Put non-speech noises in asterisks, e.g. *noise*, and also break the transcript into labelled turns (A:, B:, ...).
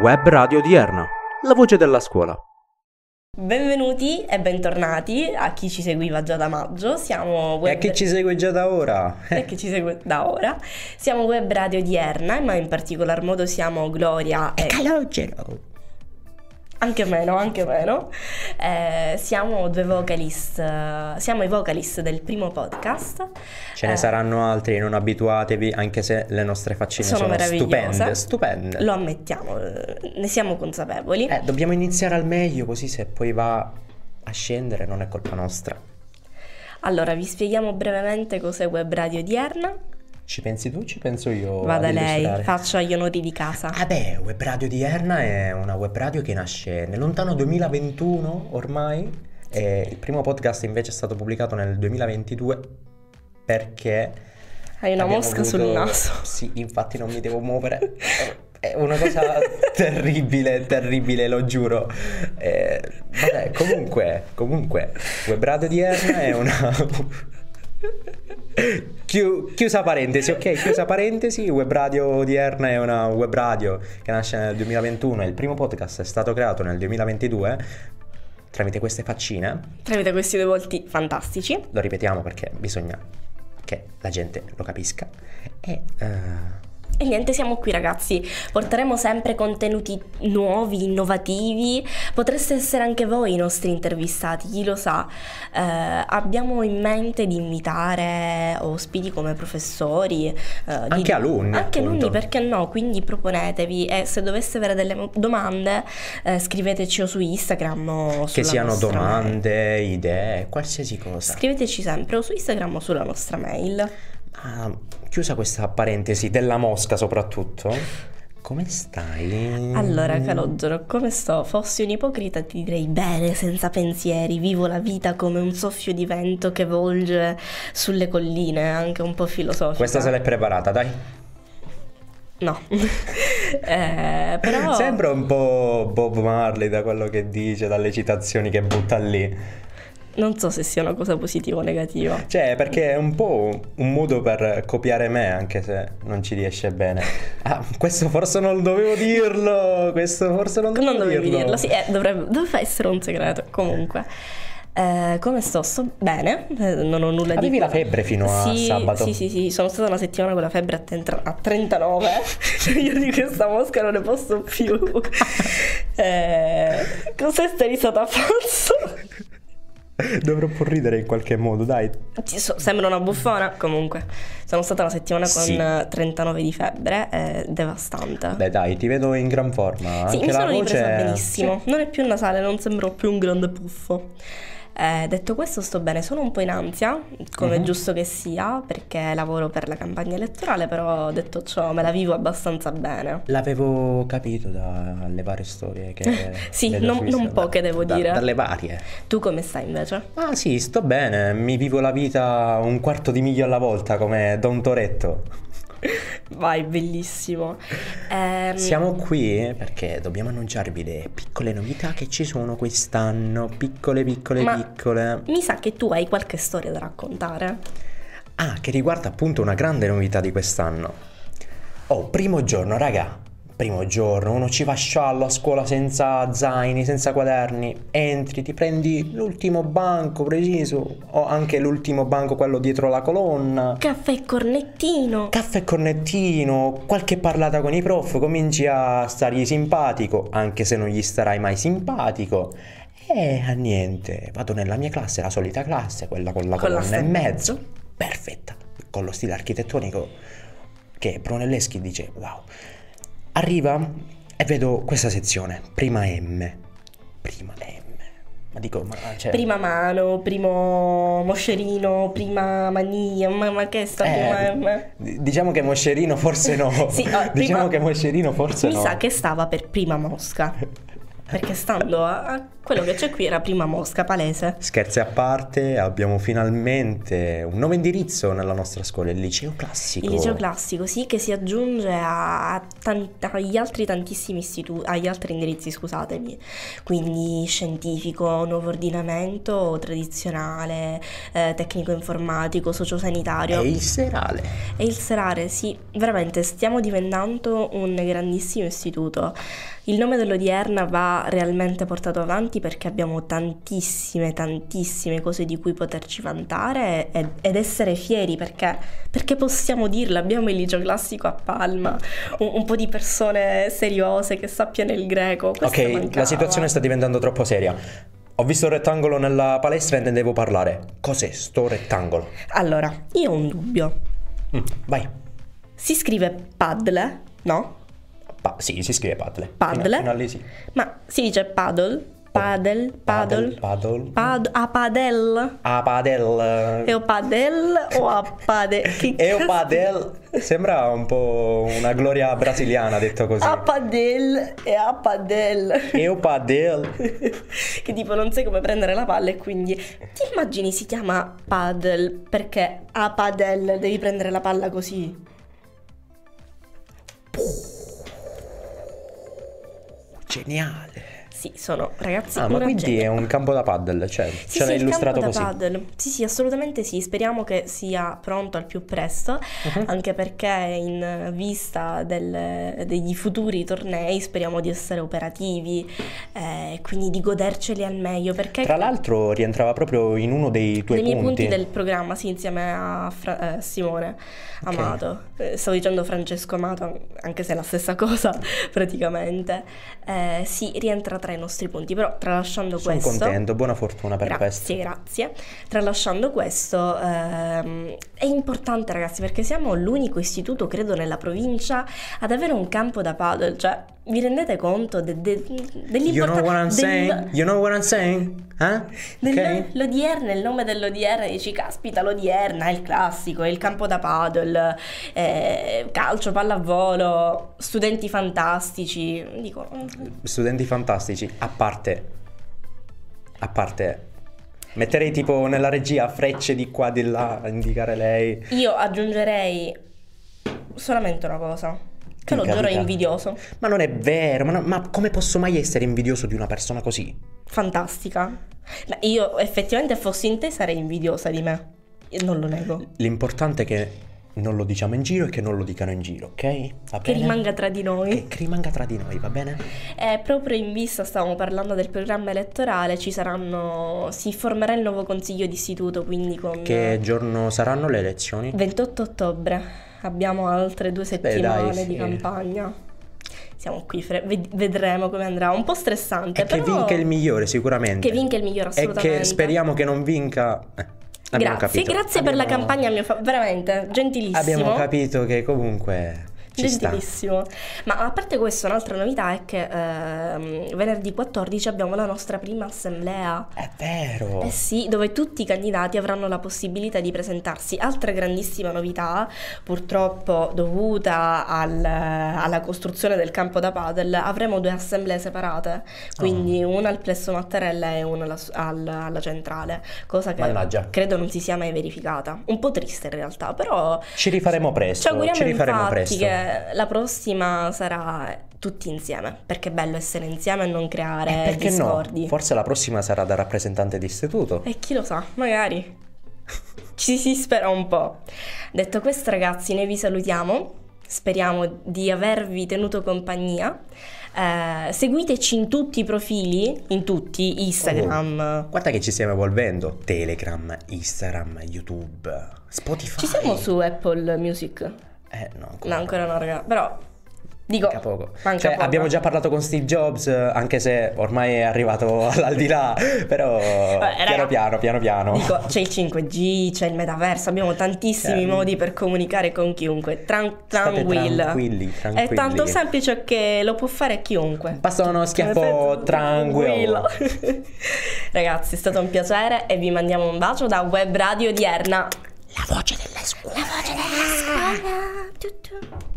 A: Web Radio Odierna, la voce della scuola.
B: Benvenuti e bentornati a chi ci seguiva già da maggio, siamo
C: E a
B: web...
C: chi ci segue già da ora?
B: *laughs* e chi ci segue da ora, siamo Web Radio Odierna, ma in particolar modo siamo Gloria
C: Eh.
B: e...
C: Calogero!
B: Anche meno, anche meno. Eh, siamo due vocalist, eh, siamo i vocalist del primo podcast.
C: Ce ne
B: Eh,
C: saranno altri, non abituatevi, anche se le nostre faccine
B: Sono
C: sono,
B: meravigliose.
C: stupende, stupende.
B: Lo ammettiamo, eh, ne siamo consapevoli.
C: Eh, dobbiamo iniziare al meglio, così se poi va a scendere non è colpa nostra.
B: Allora, vi spieghiamo brevemente cos'è Web Radio Odierna.
C: Ci pensi tu, ci penso io
B: Vada
C: ad
B: lei,
C: illustrare?
B: faccia gli onori di casa.
C: Ah beh, Web Radio di Erna è una web radio che nasce nel lontano 2021 ormai e il primo podcast invece è stato pubblicato nel 2022 perché...
B: Hai una
C: abbiamo
B: mosca sul
C: voluto-
B: naso.
C: Sì, infatti non mi
B: *laughs*
C: devo muovere. È una cosa terribile, terribile, lo giuro. Eh, vabbè, comunque, comunque, Web Radio di Erna è una... Chiu- chiusa parentesi, ok? Chiusa parentesi, Web Radio odierna è una web radio che nasce nel 2021 e il primo podcast è stato creato nel 2022 tramite queste faccine.
B: Tramite questi due volti fantastici.
C: Lo ripetiamo perché bisogna che la gente lo capisca. E eh,
B: E niente, siamo qui ragazzi, porteremo sempre contenuti nuovi, innovativi, potreste essere anche voi i nostri intervistati, chi lo sa. Eh, abbiamo in mente di invitare ospiti come professori, eh, di-
C: Anche alunni,
B: Anche
C: appunto.
B: alunni, perché no? Quindi proponetevi e se doveste avere delle mo- domande eh, scriveteci o su Instagram o
C: che
B: sulla
C: siano
B: nostra mail.
C: domande, idee, qualsiasi cosa.
B: Scriveteci sempre o su Instagram o sulla nostra mail.
C: Ma, Ah, chiusa questa parentesi della mosca soprattutto, come stai? Mm.
B: Allora, Calogero, come sto? Fossi un ipocrita ti direi bene, senza pensieri, vivo la vita come un soffio di vento che volge sulle colline, anche un po' filosofica.
C: Questa se l'è preparata, dai.
B: No. *laughs* Eh, però...
C: *laughs* Sembra un po' Bob Marley da quello che dice, dalle citazioni che butta lì.
B: Non so se sia una cosa positiva o negativa.
C: Cioè, perché è un po' un modo per copiare me, anche se non ci riesce
B: *laughs*
C: bene. Ah, questo forse non dovevo dirlo. Questo forse non dovevo
B: Non dovevi
C: dirlo.
B: dirlo, sì, eh, dovrebbe, doveva essere un segreto. Comunque, eh, come sto? Sto bene, eh, non ho nulla
C: Avevi
B: di...
C: la febbre fino a
B: sì,
C: sabato?
B: Sì, sì, sì, sono stata una settimana con la febbre a, 30 a
C: *laughs*
B: 39. Io di questa mosca non ne posso più. eh, cos'è sta risata falso?
C: *laughs* Dovrò pur ridere in qualche modo, dai.
B: Ci so- sembra una buffona, comunque. Sono stata una settimana con
C: Sì.
B: eh, 39 di febbre, è devastante.
C: Beh, dai, ti vedo in gran forma.
B: Sì,
C: anche
B: mi
C: la
B: sono
C: voce...
B: ripresa benissimo. Non è più nasale, non sembro più un grande puffo. Eh, detto questo, sto bene, sono un po' in ansia, come è
C: Mhm.
B: giusto che sia, perché lavoro per la campagna elettorale, però detto ciò me la vivo abbastanza bene.
C: L'avevo capito dalle varie storie che.
B: *laughs* Sì,
C: vedo
B: non-
C: su
B: non
C: Instagram.
B: poche, devo
C: Da-
B: dire.
C: Dalle varie.
B: Tu come stai invece?
C: Ah sì, sto bene, mi vivo la vita un quarto di miglio alla volta come Don Toretto.
B: Vai, bellissimo. Ehm,
C: Siamo qui perché dobbiamo annunciarvi le piccole novità che ci sono quest'anno, piccole piccole
B: Ma-
C: piccole.
B: Mi sa che tu hai qualche storia da raccontare.
C: Ah, che riguarda appunto una grande novità di quest'anno. Oh, primo giorno, raga. Primo giorno, uno ci va sciallo a scuola senza zaini, senza quaderni. Entri, ti prendi l'ultimo banco preciso, o anche l'ultimo banco, quello dietro la colonna.
B: Caffè e cornettino.
C: Caffè e cornettino, qualche parlata con i prof, cominci a stargli simpatico, anche se non gli starai mai simpatico. E a niente, vado nella mia classe, la solita classe, quella con la
B: Con la
C: colonna e
B: sta-
C: mezzo, perfetta, con lo stile architettonico che Brunelleschi dice wow. Arriva e vedo questa sezione, prima M, prima M. Ma dico, ma cioè...
B: Prima mano, primo moscerino, prima mania, ma, ma che sta
C: eh,
B: prima M?
C: di- diciamo che Moscerino forse no.
B: *laughs*
C: *laughs*
B: Sì, ah, prima-
C: diciamo che Moscerino forse
B: Mi
C: no.
B: sa che stava per prima mosca. Perché stando a, a Quello che c'è qui era prima Mosca, palese.
C: Scherzi a parte, abbiamo finalmente un nuovo indirizzo nella nostra scuola, il liceo classico.
B: Il liceo classico, sì, che si aggiunge a- a tan- agli altri tantissimi istituti, agli altri indirizzi, scusatemi. Quindi scientifico, nuovo ordinamento, tradizionale, eh, tecnico informatico, sociosanitario.
C: È il serale.
B: E il Serare, sì, veramente stiamo diventando un grandissimo istituto. Il nome dell'odierna va realmente portato avanti perché abbiamo tantissime, tantissime cose di cui poterci vantare e- ed essere fieri perché, perché possiamo dirlo, abbiamo il liceo classico a Palma, un, un po' di persone seriose che sappiano il greco. Questo
C: ok,
B: mancava.
C: la situazione sta diventando troppo seria. Ho visto un rettangolo nella palestra e ne devo parlare. Cos'è sto rettangolo?
B: Allora, io ho un dubbio.
C: Mm, vai.
B: Si scrive paddle, no?
C: Pa- sì, si scrive paddle.
B: Paddle?
C: Fino a- fino a lì sì.
B: Ma si dice paddle, paddle, paddle,
C: Paddle, paddle.
B: pad- a padel.
C: Ah, padel.
B: E o padel o a pade? Che
C: E
B: cazzo-
C: o padel sembra un po' una gloria brasiliana detto così.
B: A padel e a padel. *laughs*
C: E o padel.
B: che tipo non sai come prendere la palla e quindi ti immagini si chiama padel perché a padel devi prendere la palla così.
C: Geniale.
B: Sì, sono ragazzi
C: Ah, ma
B: una
C: quindi
B: gente.
C: è un campo da paddle, cioè
B: Sì,
C: ce
B: sì,
C: l'hai
B: il
C: illustrato
B: campo
C: così.
B: da padel. Sì, sì, assolutamente sì. Speriamo che sia pronto al più presto,
C: Uh-huh.
B: anche perché in vista del- degli futuri tornei speriamo di essere operativi eh, e quindi di goderceli al meglio, perché
C: Tra l'altro rientrava proprio in uno dei tuoi
B: dei miei punti del programma, sì, insieme a Fra- eh, Simone
C: Ok.
B: Amato. Eh, Stavo dicendo Francesco Amato, anche se è la stessa *laughs* cosa praticamente. Eh, sì, rientra tra i nostri punti, però tralasciando
C: Sono
B: questo...
C: contento, buona fortuna per questo.
B: Grazie, grazie. Tralasciando questo, ehm, è importante ragazzi perché siamo l'unico istituto, credo, nella provincia ad avere un campo da paddle, cioè vi rendete conto de- de-
C: You know what I'm
B: dell'importanza
C: saying? You know what I'm saying? Eh?
B: del-
C: Ok?
B: L'odierna, il nome dell'odierna, dici caspita l'odierna, è il classico, è il campo da paddle, eh, calcio, pallavolo, studenti fantastici, dico... mm,
C: Studenti fantastici, a parte a parte metterei tipo nella regia frecce di qua di là a indicare lei.
B: Io aggiungerei solamente una cosa, che lo
C: Dica,
B: giuro è
C: dica.
B: invidioso,
C: Ma non è vero, ma, no- ma come posso mai essere invidioso di una persona così?
B: fantastica. Ma io effettivamente fossi in te sarei invidiosa di me, Io non lo nego.
C: L'importante è che non lo diciamo in giro e che non lo dicano in giro, ok? Va
B: Che
C: bene?
B: rimanga tra di noi.
C: Che- che rimanga tra di noi, va bene?
B: Eh, proprio in vista, stavamo parlando del programma elettorale, ci saranno, si formerà il nuovo consiglio d'istituto, quindi con
C: Che giorno saranno le elezioni?
B: 28 ottobre. Abbiamo altre due
C: Beh, dai,
B: settimane
C: sì.
B: di campagna. Siamo qui, fre- ved- vedremo come andrà. Un po' stressante,
C: E che
B: però
C: vinca il migliore sicuramente.
B: che vinca il migliore,
C: E
B: assolutamente.
C: che speriamo che non vinca... eh, abbiamo
B: grazie,
C: capito.
B: grazie per la
C: Abbiamo-
B: campagna, mio fa- veramente, gentilissimo.
C: Abbiamo capito che comunque ci sta.
B: Gentilissimo. Ma a parte questo, un'altra novità è che ehm, venerdì 14 abbiamo la nostra prima assemblea.
C: È vero.
B: Eh sì, dove tutti i candidati avranno la possibilità di presentarsi. Altra grandissima novità, purtroppo dovuta al- alla costruzione del campo da padel, avremo due assemblee
C: Ah.
B: separate, quindi una al plesso Mattarella e una alla, al- alla centrale, cosa che
C: Mannaggia.
B: credo non si sia mai verificata. Un po' triste in realtà, però
C: Ci rifaremo presto.
B: ci auguriamo
C: ci rifaremo
B: infatti
C: presto.
B: che la prossima sarà tutti insieme, perché è bello essere insieme e non
C: Eh,
B: creare
C: perché
B: discordi. Eh.
C: no? Forse la prossima sarà da rappresentante di istituto.
B: E chi lo sa, magari. *laughs* Ci si spera un po'. Detto questo, ragazzi, noi vi salutiamo. Speriamo di avervi tenuto compagnia. Eh, seguiteci in tutti i profili, in tutti, Instagram.
C: Guarda che ci stiamo evolvendo. Telegram, Instagram, YouTube, Spotify.
B: Ci siamo su Apple Music?
C: Eh, no, ancora.
B: No, ancora no, raga. Però, dico...
C: Manca poco.
B: Manca
C: Cioè,
B: poco.
C: abbiamo già parlato con Steve Jobs, eh, anche se ormai è arrivato *laughs* all'aldilà, però
B: raga.
C: Eh, piano piano, piano piano.
B: Dico, c'è il 5G, c'è il metaverso, abbiamo tantissimi
C: Eh,
B: modi per comunicare con chiunque. Tran-
C: State
B: tranquilli.
C: tranquilli,
B: È
C: tranquilli.
B: tanto semplice che lo può fare chiunque.
C: Basta uno schiaffo
B: Perfetto,
C: tranquillo.
B: *laughs* tranquillo. *laughs* Ragazzi, è stato un piacere e vi mandiamo un bacio da Web Radio Odierna. La voce della scuola. La voce della scuola. Tu, tu.